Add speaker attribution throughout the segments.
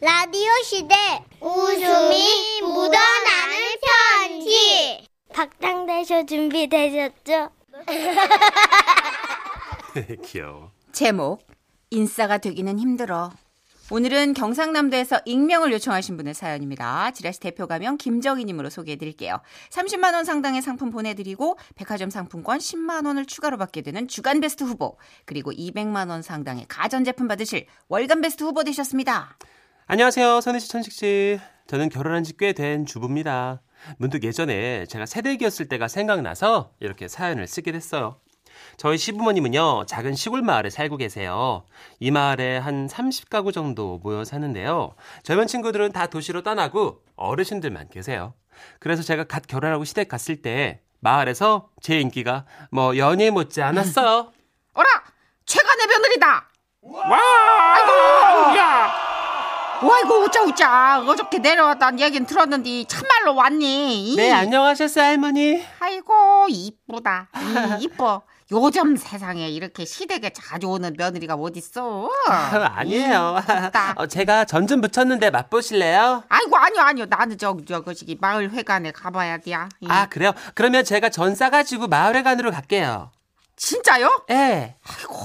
Speaker 1: 라디오 시대 웃음이 묻어나는 편지 박당 대쇼 준비되셨죠?
Speaker 2: 귀여워.
Speaker 3: 제목 인싸가 되기는 힘들어. 오늘은 경상남도에서 익명을 요청하신 분의 사연입니다. 지라시 대표 가명 김정희님으로 소개해드릴게요. 30만 원 상당의 상품 보내드리고 백화점 상품권 10만 원을 추가로 받게 되는 주간 베스트 후보 그리고 200만 원 상당의 가전 제품 받으실 월간 베스트 후보 되셨습니다.
Speaker 2: 안녕하세요, 선희 씨, 천식 씨. 저는 결혼한 지 꽤 된 주부입니다. 문득 예전에 제가 새댁이었을 때가 생각나서 이렇게 사연을 쓰게 됐어요. 저희 시부모님은요, 작은 시골 마을에 살고 계세요. 이 마을에 한 30가구 정도 모여 사는데요. 젊은 친구들은 다 도시로 떠나고 어르신들만 계세요. 그래서 제가 갓 결혼하고 시댁 갔을 때 마을에서 제 인기가 뭐 연예 못지 않았어요.
Speaker 3: 어라 최간의 며느리다. 와 아이고 야. 와이고 우짜 우짜 어저께 내려왔다는 얘긴 들었는데 참말로 왔니?
Speaker 2: 네, 안녕하셨어요, 할머니.
Speaker 3: 아이고 이쁘다 이, 이뻐 요즘 세상에 이렇게 시댁에 자주 오는 며느리가 어딨어
Speaker 2: 아, 아니에요.
Speaker 3: 부럽다.
Speaker 2: 어, 제가 전 좀 붙였는데 맛보실래요?
Speaker 3: 아이고 아니요 아니요 나는 저기 저기 저기 마을 회관에 가봐야 돼야 이.
Speaker 2: 아, 그래요? 그러면 제가 전 싸가지고 마을회관으로 갈게요.
Speaker 3: 진짜요?
Speaker 2: 예.
Speaker 3: 아이고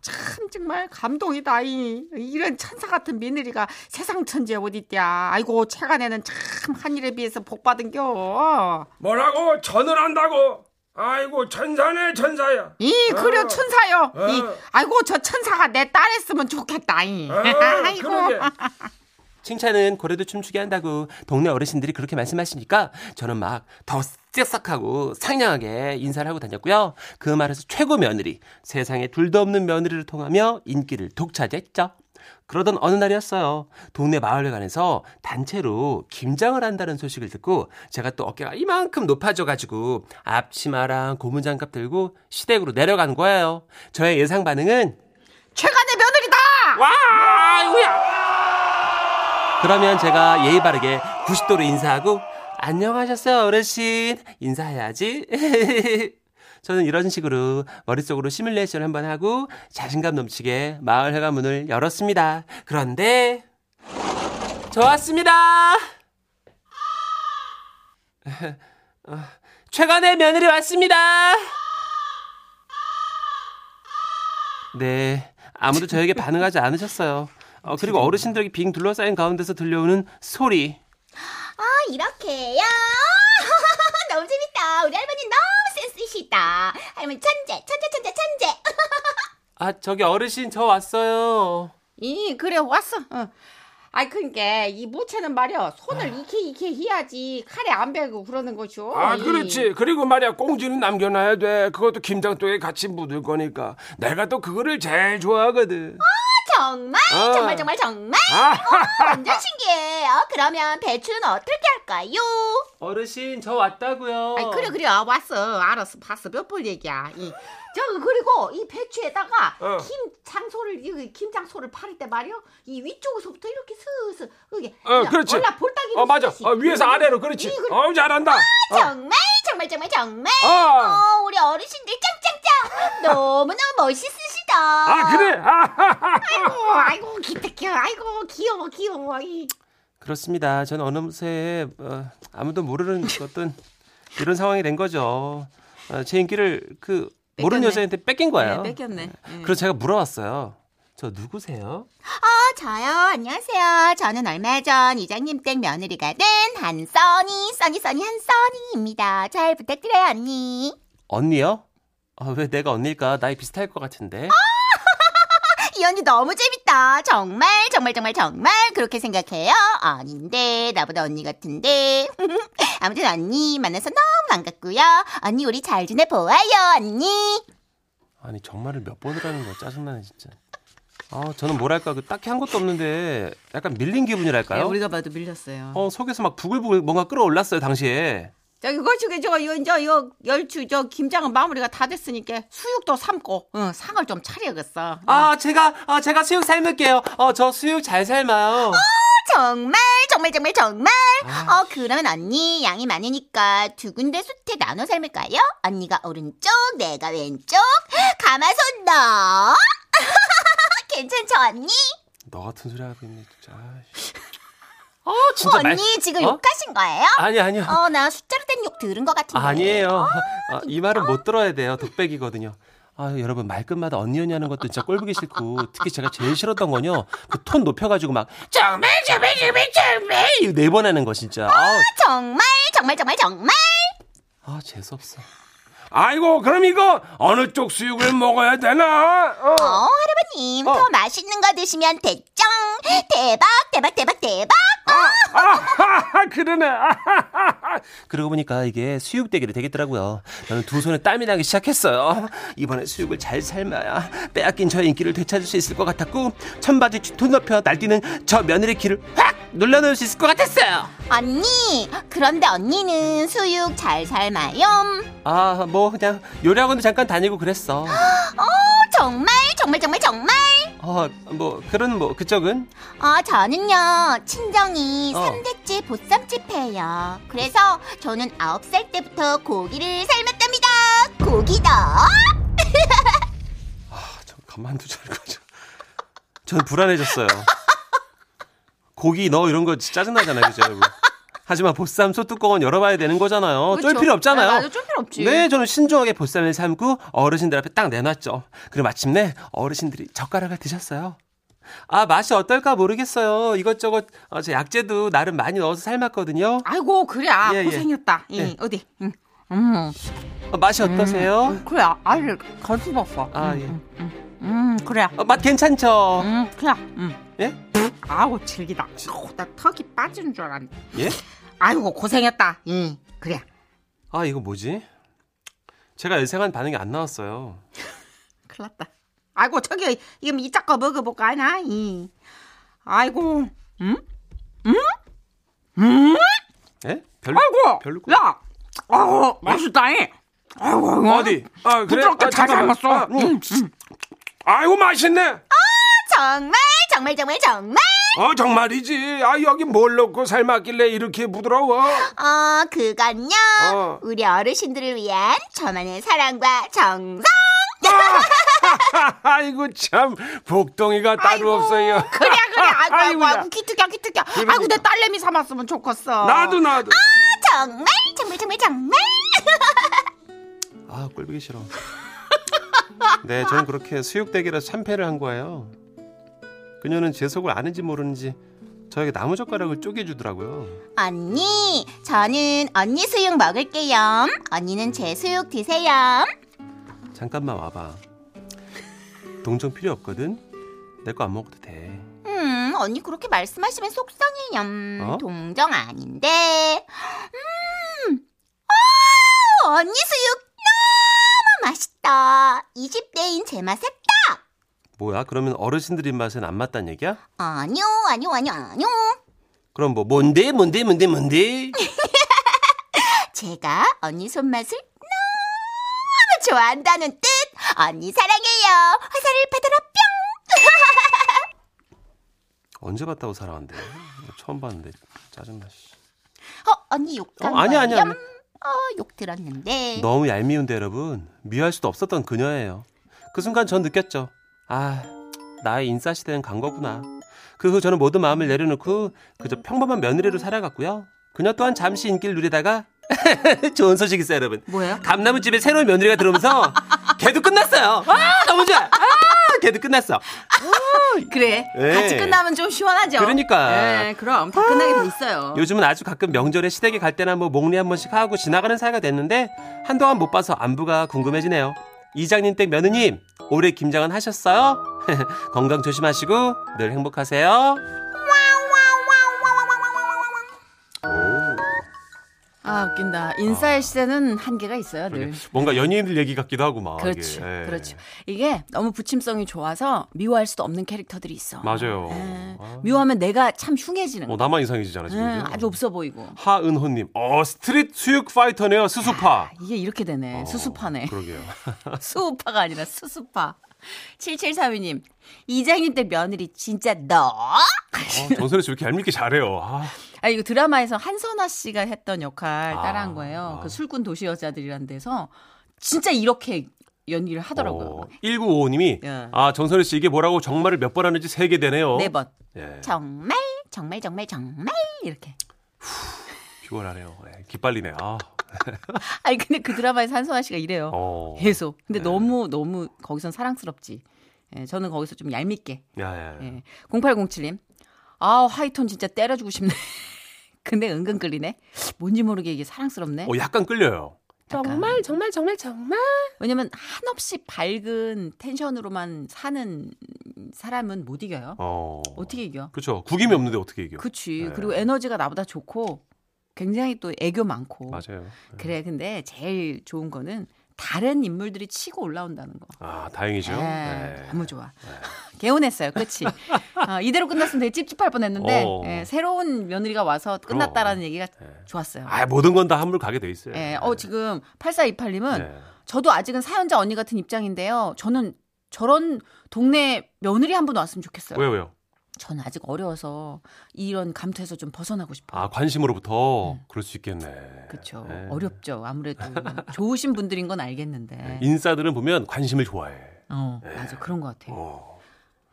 Speaker 3: 참 정말 감동이다 이. 이런 천사 같은 며느리가 세상 천지에 어딨대야 아이고 최근에는 참 한일에 비해서 복 받은겨
Speaker 4: 뭐라고 전을 한다고? 아이고 천사네 천사야.
Speaker 3: 이 그려
Speaker 4: 어.
Speaker 3: 천사요 이
Speaker 4: 어.
Speaker 3: 아이고 저 천사가 내 딸 했으면 좋겠다 이.
Speaker 4: 어, 그러게.
Speaker 2: 칭찬은 고래도 춤추게 한다고 동네 어르신들이 그렇게 말씀하시니까 저는 막 더 쓱싹하고 상냥하게 인사를 하고 다녔고요. 그 말에서 최고 며느리, 세상에 둘도 없는 며느리를 통하며 인기를 독차지했죠. 그러던 어느 날이었어요. 동네 마을회관에서 단체로 김장을 한다는 소식을 듣고 제가 또 어깨가 이만큼 높아져가지고 앞치마랑 고무장갑 들고 시댁으로 내려간 거예요. 저의 예상 반응은
Speaker 3: 최간의 며느리다
Speaker 2: 그러면 제가 예의 바르게 90도로 인사하고 안녕하셨어요 어르신 인사해야지 저는 이런 식으로 머릿속으로 시뮬레이션 한번 하고 자신감 넘치게 마을 회관 문을 열었습니다 그런데 좋았습니다 어, 최간의 며느리 왔습니다 네 아무도 저에게 반응하지 않으셨어요 어, 그리고 어르신들에게 빙 둘러싸인 가운데서 들려오는 소리
Speaker 5: 아, 이렇게요. 너무 재밌다. 우리 할머니 너무 센스이시다. 할머니 천재, 천재, 천재, 천재.
Speaker 2: 아, 저기 어르신 저 왔어요.
Speaker 3: 이 그래 왔어. 어. 아이 그러니까 이 무채는 말이야 손을 이렇게 이렇게 해야지 칼에 안 베고 그러는 것이오.
Speaker 4: 아
Speaker 3: 이.
Speaker 4: 그렇지. 그리고 말이야 꽁지는 남겨놔야 돼. 그것도 김장떡에 같이 묻을 거니까. 내가 또 그거를 제일 좋아하거든.
Speaker 5: 정말,
Speaker 4: 어.
Speaker 5: 정말, 정말, 정말. 어,
Speaker 4: 아,
Speaker 5: 완전 신기해. 요 그러면 배추는 어떻게 할까요?
Speaker 2: 어르신 저 왔다고요.
Speaker 3: 아이 그래 그래 아, 왔어 알았어 봤어 몇 번 얘기야. 이. 저 그리고 이 배추에다가
Speaker 4: 어.
Speaker 3: 김장소를 이 김장소를 파릴 때 말이야 이 위쪽에서부터 이렇게 슬슬 이게
Speaker 4: 어, 그렇지.
Speaker 3: 올라 볼따기
Speaker 4: 어 맞아. 어, 위에서 아래로 그렇지.
Speaker 3: 이, 그래.
Speaker 4: 어 잘한다.
Speaker 5: 정말, 정말, 정말, 정말.
Speaker 4: 어.
Speaker 5: 어,
Speaker 4: 아,
Speaker 5: 우리 어르신들 짱짱짱. 너무너무 멋있으시다.
Speaker 4: 아 그래. 아,
Speaker 3: 어, 아이고 아이고 기특해 아이고 귀여워 귀여워. 이.
Speaker 2: 그렇습니다. 전 어느새 어, 아무도 모르는 어떤 이런 상황이 된 거죠. 어, 제 인기를 그 모르는
Speaker 3: 뺏겼네.
Speaker 2: 여자한테 뺏긴 거예요.
Speaker 3: 뺏겼네.
Speaker 2: 그래서 제가 물어봤어요. 저 누구세요?
Speaker 5: 어, 저요. 안녕하세요. 저는 얼마 전 이장님 댁 며느리가 된 한써니, 써니, 써니, 한써니입니다. 잘 부탁드려요, 언니.
Speaker 2: 언니요? 아, 왜 내가 언니일까? 나이 비슷할 것 같은데.
Speaker 5: 이 언니 너무 재밌다. 정말, 정말, 정말, 정말 그렇게 생각해요. 아닌데, 나보다 언니 같은데. 아무튼 언니 만나서 너무 반갑고요. 언니 우리 잘 지내보아요, 언니.
Speaker 2: 아니 정말을 몇 번을 하는 거야 짜증나네 진짜. 아 저는 뭐랄까 그 딱히 한 것도 없는데 약간 밀린 기분이랄까요?
Speaker 3: 우리가 봐도 밀렸어요.
Speaker 2: 어 속에서 막 부글부글 뭔가 끌어올랐어요 당시에.
Speaker 3: 저기 거치게 저거 요 이제 요 열추 저 김장은 마무리가 다 됐으니까 수육도 삶고 응, 상을 좀 차려야겠어.
Speaker 2: 아 제가 아 제가 수육 삶을게요. 어 저 수육 잘 삶아요.
Speaker 5: 정말, 정말, 정말, 정말.
Speaker 2: 아.
Speaker 5: 어, 그러면 언니 양이 많으니까 두 군데 솥에 나눠 삶을까요? 언니가 오른쪽, 내가 왼쪽. 가마솥 넣어. 괜찮죠, 언니?
Speaker 2: 너 같은 소리 하고 있네 진짜. 아이씨. 어, 진짜
Speaker 5: 언니
Speaker 2: 말-
Speaker 5: 지금
Speaker 2: 어?
Speaker 5: 욕하신 거예요?
Speaker 2: 아니 아니요.
Speaker 5: 어 나 숫자로 된 욕 들은 것 같은데.
Speaker 2: 아니에요. 아, 이 말은 못 들어야 돼요. 독백이거든요. 아, 여러분, 말끝마다 언니 언니 하는 것도 진짜 꼴보기 싫고, 특히 제가 제일 싫었던 건요, 그 톤 높여가지고 막, 정말, 정말, 정말, 정말! 네번 하는 거, 진짜. 아,
Speaker 5: 정말 정말 정말 정말.
Speaker 2: 아, 재수없어.
Speaker 4: 아이고 그럼 이거 어느 쪽 수육을 먹어야 되나? 어.
Speaker 5: 어 할아버님 더 맛있는 거 드시면 됐죠. 대박 대박 대박 대박.
Speaker 4: 아, 그러네. 아하하하.
Speaker 2: 그러고 보니까 이게 수육 대결이 되겠더라고요. 저는 두 손에 땀이 나기 시작했어요. 이번에 수육을 잘 삶아야 빼앗긴 저의 인기를 되찾을 수 있을 것 같았고, 천바지 돈 높여 날뛰는 저 며느리 키를 확 눌러놓을 수 있을 것 같았어요.
Speaker 5: 언니 그런데 언니는 수육 잘 삶아요. 어,
Speaker 2: 아, 뭐, 그냥 요리학원도 잠깐 다니고 그랬어.
Speaker 5: 정말 정말 정말 정말
Speaker 2: 어, 뭐 그런 뭐 그쪽은
Speaker 5: 아 저는요 친정이
Speaker 2: 어.
Speaker 5: 삼대집 보쌈집이에요 그래서 저는 아홉 살 때부터 고기를 삶았답니다 고기다
Speaker 2: 아, 저 가만두지 않고 저- 저는 불안해졌어요. 고기 너 이런 거 진짜 짜증나잖아요, 그죠, 여러분? 하지만 보쌈 소뚜껑은 열어봐야 되는 거잖아요. 쫄
Speaker 6: 그쵸?
Speaker 2: 필요 없잖아요.
Speaker 6: 아, 맞아, 쫄 필요 없지.
Speaker 2: 네, 저는 신중하게 보쌈을 삶고 어르신들 앞에 딱 내놨죠. 그리고 마침내 어르신들이 젓가락을 드셨어요. 아, 맛이 어떨까 모르겠어요. 이것저것 어, 제 약재도 나름 많이 넣어서 삶았거든요.
Speaker 6: 아이고 그래 아,
Speaker 2: 예, 예.
Speaker 6: 고생했다. 예,
Speaker 2: 예.
Speaker 6: 어디? 응. 음,
Speaker 2: 어, 맛이 어떠세요?
Speaker 6: 그래 아를 거집었어.
Speaker 2: 아,
Speaker 6: 음,
Speaker 2: 예.
Speaker 6: 음, 음, 음, 그래.
Speaker 2: 어, 맛 괜찮죠?
Speaker 6: 음, 그래. 음.
Speaker 2: 예?
Speaker 6: 아우 질기다. 아우, 나 턱이 빠지는 줄 알았네.
Speaker 2: 예?
Speaker 6: 아이고 고생했다. 예, 그래.
Speaker 2: 아 이거 뭐지? 제가 예상한 반응이 안 나왔어요.
Speaker 6: 큰일 났다. 아이고 저기 이거 뭐 이따 거 먹어볼까 하나? 이. 아이고
Speaker 2: 예? 별로
Speaker 6: 아이고
Speaker 2: 별로 꿀-
Speaker 6: 야 아우 맛있다잉 아이고 이거
Speaker 4: 어디? 아, 그래?
Speaker 6: 부드럽게
Speaker 4: 아,
Speaker 6: 잘
Speaker 4: 잠깐만.
Speaker 6: 삶았어
Speaker 4: 아,
Speaker 6: 응.
Speaker 4: 아이고 맛있네.
Speaker 5: 정말 정말 정말 정말
Speaker 4: 어 정말이지. 아 여기 뭘 넣고 삶았길래 이렇게 부드러워?
Speaker 5: 어 그건요
Speaker 4: 어.
Speaker 5: 우리 어르신들을 위한 저만의 사랑과 정성
Speaker 4: 아이고 참 복덩이가 따로 없어요.
Speaker 6: 그래 그래 아이고 아이고,
Speaker 4: 아이고야.
Speaker 6: 아이고 기특이야 기특이야 아이고 내 딸내미 삼았으면 좋겠어
Speaker 4: 나도 나도.
Speaker 5: 정말 정말 정말 정말
Speaker 2: 아 꼴보기 싫어. 네, 저는 그렇게 수육 대결에서 참패를 한 거예요. 그녀는 제 속을 아는지 모르는지 저에게 나무 젓가락을 쪼개주더라고요.
Speaker 5: 언니 저는 언니 수육 먹을게요 언니는 제 수육 드세요
Speaker 2: 잠깐만 와봐. 동정 필요 없거든. 내 거 안 먹어도 돼.
Speaker 5: 음, 언니 그렇게 말씀하시면 속상해요. 음,
Speaker 2: 어?
Speaker 5: 동정 아닌데. 음, 아, 언니 수육 너무 맛있다. 20대인 제 맛에 딱.
Speaker 2: 뭐야? 그러면 어르신들 입맛엔 안 맞단 얘기야?
Speaker 5: 아니요, 아니요, 아니요, 아니요.
Speaker 2: 그럼 뭐 뭔데 뭔데 뭔데 뭔데?
Speaker 5: 제가 언니 손맛을 너무 좋아한다는 뜻. 언니 사랑해요. 화살을 받아라 뿅.
Speaker 2: 언제 봤다고 살아왔는데? 처음 봤는데 짜증나. 씨.
Speaker 5: 어, 언니 욕한
Speaker 2: 어, 아니야, 아니야,
Speaker 5: 거예요? 어, 욕
Speaker 6: 네.
Speaker 5: 들었는데.
Speaker 2: 너무 얄미운데 여러분 미워할 수도 없었던 그녀예요 그 순간 전 느꼈죠 아 나의 인싸 시대는 간 거구나 그 후 저는 모든 마음을 내려놓고 그저 평범한 며느리로 살아갔고요 그녀 또한 잠시 인기를 누리다가 좋은 소식 있어요 여러분
Speaker 6: 뭐예요?
Speaker 2: 감나무집에 새로운 며느리가 들어오면서 걔도 끝났어요 아 너무 좋아 아 걔도 끝났어
Speaker 6: 그래
Speaker 2: 예.
Speaker 6: 같이 끝나면 좀 시원하죠
Speaker 2: 그러니까.
Speaker 6: 예, 그럼 다 끝나게 돼 있어요
Speaker 2: 요즘은 아주 가끔 명절에 시댁에 갈 때나 뭐 목례 한 번씩 하고 지나가는 사이가 됐는데 한동안 못 봐서 안부가 궁금해지네요. 이장님 댁 며느님 올해 김장은 하셨어요? 건강 조심하시고 늘 행복하세요.
Speaker 6: 아 웃긴다 인싸의 시대는 한계가 있어요 늘
Speaker 2: 뭔가 연예인들 얘기 같기도 하고 막. 예.
Speaker 6: 그렇죠 그렇죠 이게 너무 부침성이 좋아서 미워할 수도 없는 캐릭터들이 있어
Speaker 2: 맞아요.
Speaker 6: 예. 미워하면 내가 참 흉해지는 거
Speaker 2: 뭐 나만 네, 이상해지잖아
Speaker 6: 예, 아주 없어 보이고
Speaker 2: 하은호님, 어 스트릿 수육 파이터네요 수수파.
Speaker 6: 이게 이렇게
Speaker 2: 어. 예,
Speaker 6: 되네. 수수파네.
Speaker 2: 그러게요.
Speaker 6: 수우파가 아니라 수수파. 7732님, 이장님 때 며느리 진짜 너?
Speaker 2: 정선혜 씨왜 어, 이렇게 얄밉게 잘해요.
Speaker 6: 아, 이거 드라마에서 한선아 씨가 했던 역할
Speaker 2: 아,
Speaker 6: 따라한 거예요.
Speaker 2: 아.
Speaker 6: 그 술꾼 도시 여자들이란 데서 진짜 이렇게 연기를
Speaker 2: 어.
Speaker 6: 하더라고요.
Speaker 2: 1955님이
Speaker 6: 예.
Speaker 2: 아 정선혜 씨 이게 뭐라고 정말을 몇 번 하는지 세 개 되네요.
Speaker 6: 네 번.
Speaker 2: 예.
Speaker 5: 정말 정말 정말 정말 이렇게.
Speaker 2: 피곤하네요. 네, 기빨리네요. 아.
Speaker 6: 아니 근데 그 드라마에서 한소아 씨가 이래요.
Speaker 2: 어.
Speaker 6: 계속. 근데
Speaker 2: 네.
Speaker 6: 너무 너무 거기선 사랑스럽지. 예, 저는 거기서 좀 얄밉게.
Speaker 2: 야, 야, 야.
Speaker 6: 예. 0807님. 아 하이톤 진짜 때려주고 싶네. 근데 은근 끌리네. 뭔지 모르게 이게 사랑스럽네.
Speaker 2: 어, 약간 끌려요.
Speaker 6: 정말 정말 정말 정말. 왜냐면 한없이 밝은 텐션으로만 사는 사람은 못 이겨요.
Speaker 2: 어.
Speaker 6: 어떻게 이겨?
Speaker 2: 그렇죠. 구김이 없는데 어떻게 이겨?
Speaker 6: 그치.
Speaker 2: 네.
Speaker 6: 그리고 에너지가 나보다 좋고 굉장히 또 애교 많고.
Speaker 2: 맞아요.
Speaker 6: 그래 근데 제일 좋은 거는 다른 인물들이 치고 올라온다는 거.
Speaker 2: 아, 다행이죠.
Speaker 6: 예,
Speaker 2: 네.
Speaker 6: 너무 좋아. 개운했어요. 끝이. 아, 이대로 끝났으면 되게 찝찝할 뻔했는데
Speaker 2: 어.
Speaker 6: 예, 새로운 며느리가 와서 끝났다라는 얘기가
Speaker 2: 네.
Speaker 6: 좋았어요.
Speaker 2: 아, 모든 건 다 한물 가게 돼 있어요.
Speaker 6: 예, 어 지금 8428님은
Speaker 2: 네.
Speaker 6: 저도 아직은 사연자 언니 같은 입장인데요. 저는 저런 동네 며느리 한 분 왔으면 좋겠어요.
Speaker 2: 왜요, 왜요?
Speaker 6: 저는 아직 어려워서 이런 감투에서 좀 벗어나고 싶어요.
Speaker 2: 아, 관심으로부터 그럴 수 있겠네.
Speaker 6: 음. 그렇죠.
Speaker 2: 네.
Speaker 6: 어렵죠. 아무래도 뭐 좋으신 분들인 건 알겠는데.
Speaker 2: 네. 인싸들은 보면 관심을 좋아해.
Speaker 6: 어, 맞아. 그런 것 같아요.
Speaker 2: 네. 어.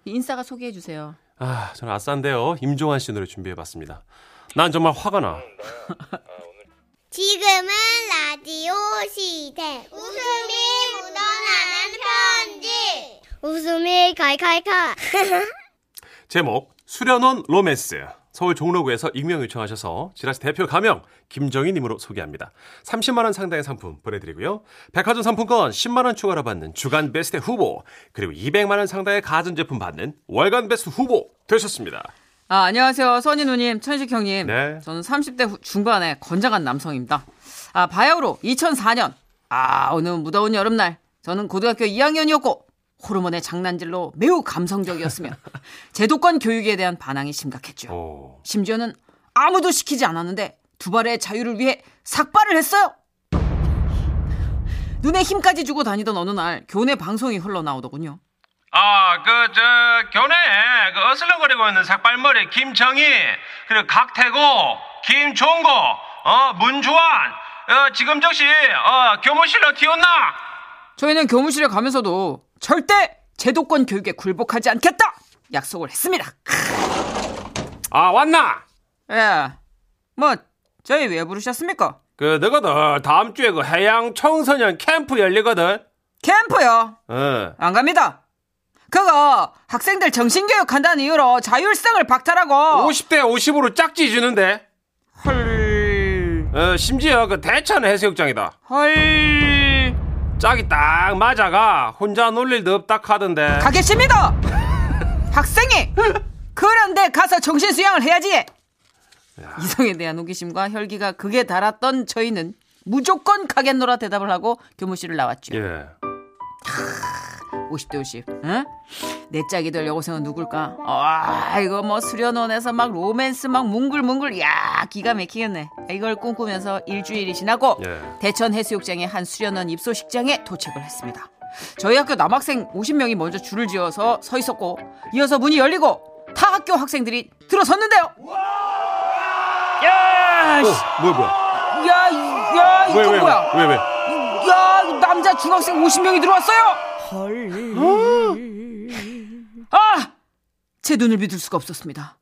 Speaker 6: 인싸가 소개해 주세요.
Speaker 2: 아, 저는 아싼데요. 임종환 씨 노래 준비해봤습니다. 난 정말 화가 나.
Speaker 7: 지금은 라디오 시대. 웃음이 묻어나는 편지. 웃음이 칼칼칼.
Speaker 2: 제목 수련원 로맨스 서울 종로구에서 익명 요청하셔서 지라시 대표 가명 김정희님으로 소개합니다. 30만 원 상당의 상품 보내드리고요. 백화점 상품권 10만 원 추가로 받는 주간 베스트 후보 그리고 200만 원 상당의 가전제품 받는 월간 베스트 후보 되셨습니다.
Speaker 6: 아, 안녕하세요. 선희 누님, 천식 형님.
Speaker 2: 네.
Speaker 6: 저는 30대 후- 중반의 건장한 남성입니다. 아, 바야흐로 2004년. 아, 어느 무더운 여름날. 저는 고등학교 2학년이었고 호르몬의 장난질로 매우 감성적이었으며 제도권 교육에 대한 반항이 심각했죠.
Speaker 2: 오,
Speaker 6: 심지어는 아무도 시키지 않았는데 두 발의 자유를 위해 삭발을 했어요. 눈에 힘까지 주고 다니던 어느 날 교내 방송이 흘러나오더군요.
Speaker 8: 아, 그, 저, 교내에 그 어슬렁거리고 있는 삭발머리 김정희, 그리고 각태고, 김종고, 어, 문주환, 어, 지금 즉시, 어, 교무실로 튀었나?
Speaker 6: 저희는 교무실에 가면서도 절대 제도권 교육에 굴복하지 않겠다 약속을 했습니다.
Speaker 4: 아 왔나?
Speaker 6: 예, 뭐 저희 왜 부르셨습니까?
Speaker 4: 그 너거든 다음 주에 그 해양 청소년 캠프 열리거든.
Speaker 6: 캠프요
Speaker 4: 어.
Speaker 6: 안 갑니다. 그거 학생들 정신교육 한다는 이유로 자율성을 박탈하고
Speaker 4: 50대 50으로 짝지 주는데.
Speaker 6: 헐,
Speaker 4: 어, 심지어 그 대천 해수욕장이다.
Speaker 6: 헐
Speaker 4: 짝이 딱 맞아가 혼자 놀릴 데 없다 카던데.
Speaker 6: 가겠습니다. 학생이 그런데 가서 정신 수양을 해야지. 이성에 대한 호기심과 혈기가 극에 달았던 저희는 무조건 가겠노라 대답을 하고 교무실을 나왔죠.
Speaker 2: 예.
Speaker 6: 50대 50. 응? 내 짝이 될 여고생은 누굴까? 아, 이거 뭐 수련원에서 막 로맨스 막 뭉글뭉글. 야, 기가 막히겠네. 이걸 꿈꾸면서 일주일이 지나고
Speaker 2: 예.
Speaker 6: 대천 해수욕장의 한 수련원 입소식장에 도착을 했습니다. 저희 학교 남학생 50명이 먼저 줄을 지어서 서 있었고 이어서 문이 열리고 타 학교 학생들이 들어섰는데요. 야, 씨,
Speaker 2: 어, 뭐야 뭐야?
Speaker 6: 야, 이- 야,
Speaker 2: 왜,
Speaker 6: 이건
Speaker 2: 왜,
Speaker 6: 뭐야?
Speaker 2: 왜, 왜?
Speaker 6: 야, 이 남자 중학생 50명이 들어왔어요. 헐. 아, 제 눈을 믿을 수가 없었습니다.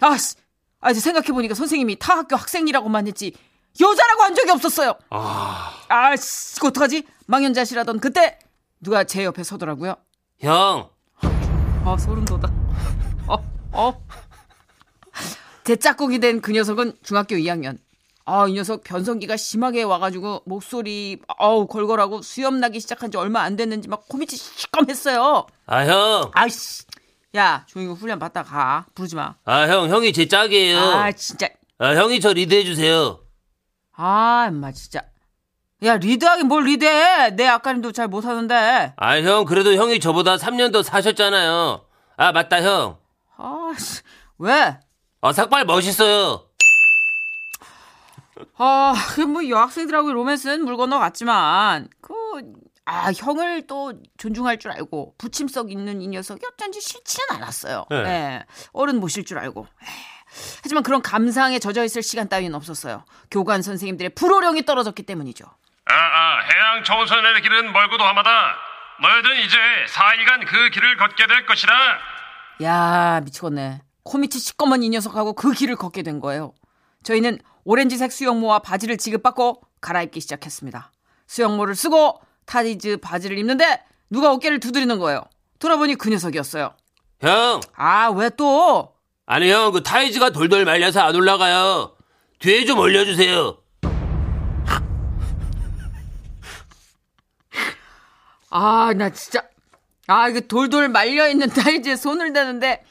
Speaker 6: 아, 씨, 아 이제 생각해 보니까 선생님이 타 학교 학생이라고만 했지 여자라고 한 적이 없었어요.
Speaker 2: 아,
Speaker 6: 아, 씨, 이거 어떡하지? 망연자실하던 그때 누가 제 옆에 서더라고요.
Speaker 4: 형.
Speaker 6: 아, 소름 돋아. 어, 어. 제 짝꿍이 된 그 녀석은 중학교 2학년. 아, 이 녀석 변성기가 심하게 와가지고 목소리 어우 걸걸하고 수염 나기 시작한 지 얼마 안 됐는지 막 코밑이 시꺼맸어요.
Speaker 4: 아 형.
Speaker 6: 아이씨, 야 조용히 훈련 받다 가 부르지 마.
Speaker 4: 아 형. 형이 제 짝이에요.
Speaker 6: 아 진짜,
Speaker 4: 아, 형이 저 리드해 주세요.
Speaker 6: 아 엄마 진짜. 야 리드하긴 뭘 리드해? 내 아까림도 잘 못하는데.
Speaker 4: 아, 형, 그래도 형이 저보다 3년 더 사셨잖아요. 아, 맞다, 형.
Speaker 6: 아씨, 왜?
Speaker 4: 아, 삭발 멋있어요.
Speaker 6: 아, 그뭐 여학생들하고 로맨스는 물 건너갔지만 그 아, 형을 또 존중할 줄 알고 부침석 있는 이 녀석이 어쩐지 싫지는 않았어요.
Speaker 2: 네.
Speaker 6: 예, 어른 모실 줄 알고. 예. 하지만 그런 감상에 젖어 있을 시간 따위는 없었어요. 교관 선생님들의 불호령이 떨어졌기 때문이죠.
Speaker 8: 아, 아, 해양 청소년의 길은 멀고도 험하다. 너희들은 이제 4일간 그 길을 걷게 될 것이라.
Speaker 6: 야, 미치겠네. 코밑이 시꺼먼 이 녀석하고 그 길을 걷게 된 거예요. 저희는 오렌지색 수영모와 바지를 지급받고 갈아입기 시작했습니다. 수영모를 쓰고 타디즈 바지를 입는데 누가 어깨를 두드리는 거예요. 돌아보니 그 녀석이었어요.
Speaker 2: 형,
Speaker 6: 아, 왜 또?
Speaker 2: 아니 형, 그 타이즈가 돌돌 말려서 안 올라가요. 뒤에 좀 올려주세요.
Speaker 6: 아, 나 진짜. 아, 이거 돌돌 말려있는 타이즈에 손을 대는데,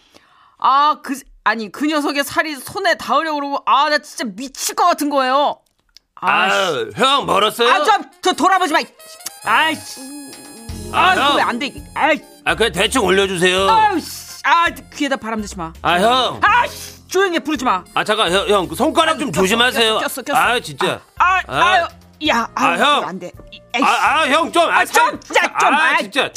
Speaker 6: 아, 그, 아니, 그 녀석의 살이 손에 닿으려고 그러고, 아, 나 진짜 미칠 것 같은 거예요.
Speaker 2: 아,
Speaker 6: 씨.
Speaker 2: 형 멀었어요?
Speaker 6: 아, 좀, 저 돌아보지 마. 이 아이씨. 아,
Speaker 2: 형.
Speaker 6: 이거 왜안 돼. 이게. 아이,
Speaker 2: 아, 그냥 대충 올려주세요.
Speaker 6: 아우, 씨. 아, 귀에다 바람 넣지 마.
Speaker 2: 아, 형.
Speaker 6: 아이씨. 조용히 해, 부르지 마.
Speaker 2: 아, 잠깐, 형, 형, 그 손가락 좀 조심하세요.
Speaker 6: 꼈어, 꼈어.
Speaker 2: 아, 진짜.
Speaker 6: 아,
Speaker 2: 아.
Speaker 6: 아유. 야,
Speaker 2: 아,
Speaker 6: 아유,
Speaker 2: 형.
Speaker 6: 이거 안 돼. 이, 에이씨.
Speaker 2: 아, 아, 형, 좀. 아,
Speaker 6: 아, 좀, 진짜 좀,
Speaker 2: 아,
Speaker 6: 아이.
Speaker 2: 진짜.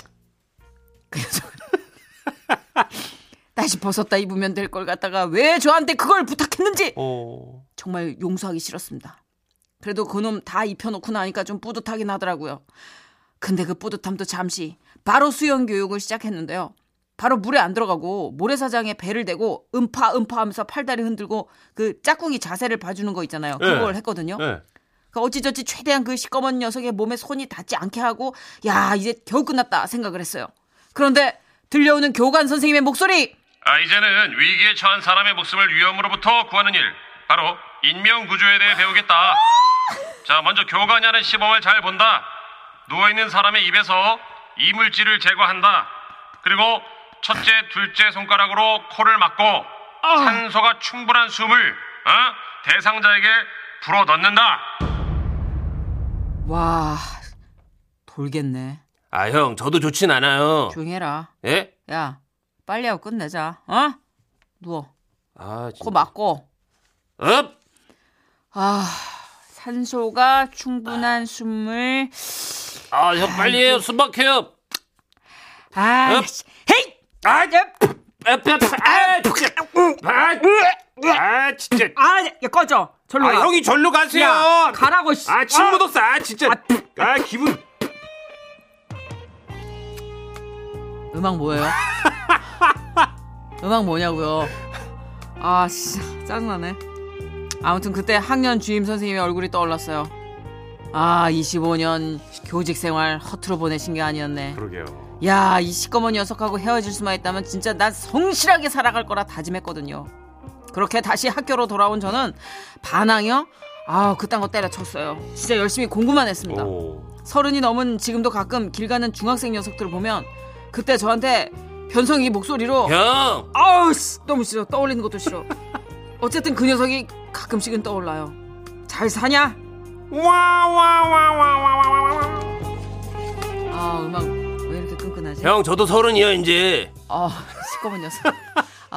Speaker 6: 다시 벗었다 입으면 될 걸 갖다가 왜 저한테 그걸 부탁했는지
Speaker 2: 어.
Speaker 6: 정말 용서하기 싫었습니다. 그래도 그놈 다 입혀놓고 나니까 좀 뿌듯하긴 하더라고요. 근데 그 뿌듯함도 잠시 바로 수영 교육을 시작했는데요. 바로 물에 안 들어가고 모래사장에 배를 대고 음파 음파 하면서 팔다리 흔들고 그 짝꿍이 자세를 봐주는 거 있잖아요. 그걸
Speaker 2: 네.
Speaker 6: 했거든요.
Speaker 2: 네.
Speaker 6: 그 어찌저찌 최대한 그 시꺼먼 녀석의 몸에 손이 닿지 않게 하고 야 이제 겨우 끝났다 생각을 했어요. 그런데 들려오는 교관 선생님의 목소리
Speaker 8: 아, 이제는 위기에 처한 사람의 목숨을 위험으로부터 구하는 일, 바로 인명구조에 대해 배우겠다. 자, 먼저 교관이 하는 시범을 잘 본다. 누워있는 사람의 입에서 이물질을 제거한다. 그리고 첫째, 둘째 손가락으로 코를 막고
Speaker 6: 아.
Speaker 8: 산소가 충분한 숨을 어? 대상자에게 불어 넣는다.
Speaker 6: 와 돌겠네
Speaker 2: 아, 형, 저도 좋진 않아요.
Speaker 6: 조용해라
Speaker 2: 예?
Speaker 6: 야, 빨리 하고 끝내자. 어? 누워.
Speaker 2: 아, 진짜.
Speaker 6: 코 막고.
Speaker 2: 업!
Speaker 6: 아, 산소가 충분한 숨을.
Speaker 2: 아, 형, 빨리 해요. 숨 막혀요.
Speaker 6: 아,
Speaker 2: 업!
Speaker 6: 씨. 헤이! 아, 야,
Speaker 2: 업, 업, 아, 아, 아, 진짜.
Speaker 6: 아, 야, 꺼져. 절로
Speaker 2: 아,
Speaker 6: 가.
Speaker 2: 형이 절로 가세요.
Speaker 6: 야, 가라고, 씨.
Speaker 2: 아, 침 묻었어. 아, 진짜. 아, 기분.
Speaker 6: 음악 뭐예요? 음악 뭐냐고요? 아, 진짜 짜증나네. 아무튼 그때 학년 주임 선생님의 얼굴이 떠올랐어요. 아, 25년 교직 생활 허투루 보내신 게 아니었네.
Speaker 4: 그러게요.
Speaker 6: 야, 이 시꺼먼 녀석하고 헤어질 수만 있다면 진짜 난 성실하게 살아갈 거라 다짐했거든요. 그렇게 다시 학교로 돌아온 저는 반항이요? 아, 그딴 거 때려쳤어요. 진짜 열심히 공부만 했습니다.
Speaker 4: 오.
Speaker 6: 서른이 넘은 지금도 가끔 길 가는 중학생 녀석들을 보면 그때 저한테 변성이 목소리로
Speaker 2: 형!
Speaker 6: 아우 씨, 너무 싫어 떠올리는 것도 싫어 어쨌든 그 녀석이 가끔씩은 떠올라요 잘 사냐? 아 음악 왜 이렇게 끈끈하지?
Speaker 2: 형, 저도 서른이요, 이제.
Speaker 6: 아 시꺼먼 녀석. 아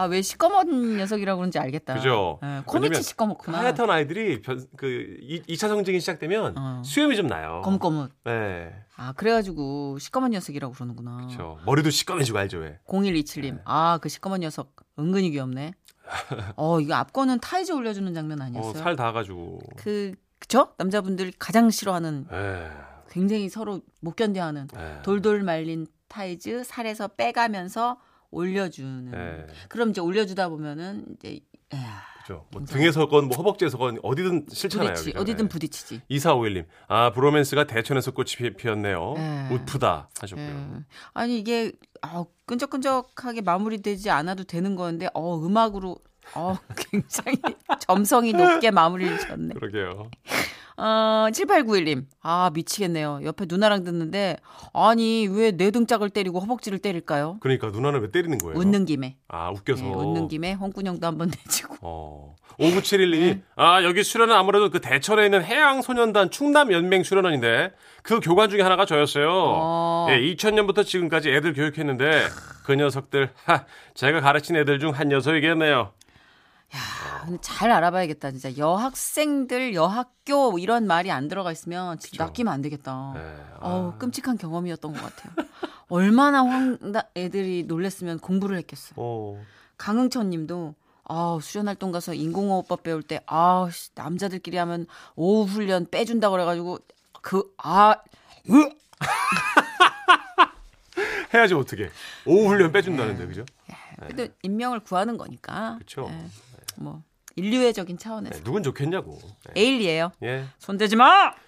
Speaker 6: 왜 시꺼먼 녀석이라고 그런지 알겠다.
Speaker 4: 그죠?
Speaker 6: 예,
Speaker 4: 왜냐면
Speaker 6: 코밑이 시꺼멓구나.
Speaker 4: 그 하얗던 아이들이 변, 그 2차 성징이 시작되면
Speaker 6: 어.
Speaker 4: 수염이 좀 나요.
Speaker 6: 검검은.
Speaker 4: 네.
Speaker 6: 아 그래가지고 시꺼먼 녀석이라고 그러는구나.
Speaker 4: 그렇죠. 머리도 시꺼매지고 알죠 왜? 네.
Speaker 6: 0127님. 아 그 시꺼먼 녀석 은근히 귀엽네. 어 이거 앞거는 타이즈 올려주는 장면
Speaker 4: 어,
Speaker 6: 아니었어요?
Speaker 4: 살 닿아가지고.
Speaker 6: 그 그쵸? 남자분들이 가장 싫어하는
Speaker 4: 에,
Speaker 6: 굉장히 서로 못 견뎌하는
Speaker 4: 에,
Speaker 6: 돌돌 말린 타이즈 살에서 빼가면서 올려주는.
Speaker 4: 에,
Speaker 6: 그럼 이제 올려주다 보면은 이제 에야,
Speaker 4: 그렇죠. 뭐 등에서 건, 뭐 허벅지에서 건 어디든 싫잖아요.
Speaker 6: 부딪히
Speaker 4: 그죠?
Speaker 6: 어디든
Speaker 4: 예.
Speaker 6: 부딪히지.
Speaker 4: 이사오일님, 아 브로맨스가 대천에서 꽃이 피- 피었네요.
Speaker 6: 예.
Speaker 4: 웃프다 하셨고요.
Speaker 6: 예. 아니 이게 아, 끈적끈적하게 마무리되지 않아도 되는 건데 어 음악으로 어 굉장히 점성이 높게 마무리를 쳤네.
Speaker 4: 그러게요.
Speaker 6: 어 7891님. 아 미치겠네요. 옆에 누나랑 듣는데 아니 왜 내 등짝을 때리고 허벅지를 때릴까요?
Speaker 4: 그러니까 누나는 왜 때리는 거예요?
Speaker 6: 웃는 김에.
Speaker 4: 아
Speaker 6: 예,
Speaker 4: 웃겨서.
Speaker 6: 웃는 김에 홍군형도 한번 내주고.
Speaker 4: 어. 5971님이 아 여기 수련은 아무래도 그 대천에 있는 해양소년단 충남연맹 수련원인데 그 교관 중에 하나가 저였어요.
Speaker 6: 어.
Speaker 4: 예, 2000년부터 지금까지 애들 교육했는데 그 녀석들 하, 제가 가르친 애들 중 한 녀석이겠네요.
Speaker 6: 아, 근데 잘 알아봐야겠다. 진짜 여학생들, 여학교 뭐 이런 말이 안 들어가 있으면 진짜 낚이면 안 되겠다.
Speaker 4: 네,
Speaker 6: 어우, 끔찍한 경험이었던 것 같아요. 얼마나 황당 애들이 놀랬으면 공부를 했겠어. 요
Speaker 4: 어.
Speaker 6: 강흥천 님도 아, 수련 활동 가서 인공호흡법 배울 때 아, 씨, 남자들끼리 하면 오후 훈련 빼준다 그래 가지고 그 아, 으,
Speaker 4: 해야지 어떻게. 오후 훈련 빼준다는데 그죠?
Speaker 6: 그래도 인명을 구하는 거니까.
Speaker 2: 네. 그쵸.
Speaker 6: 예. 뭐 인류애적인 차원에서
Speaker 2: 네, 누군 좋겠냐고. 네.
Speaker 6: 에일리예요.
Speaker 2: 예.
Speaker 6: 손대지 마.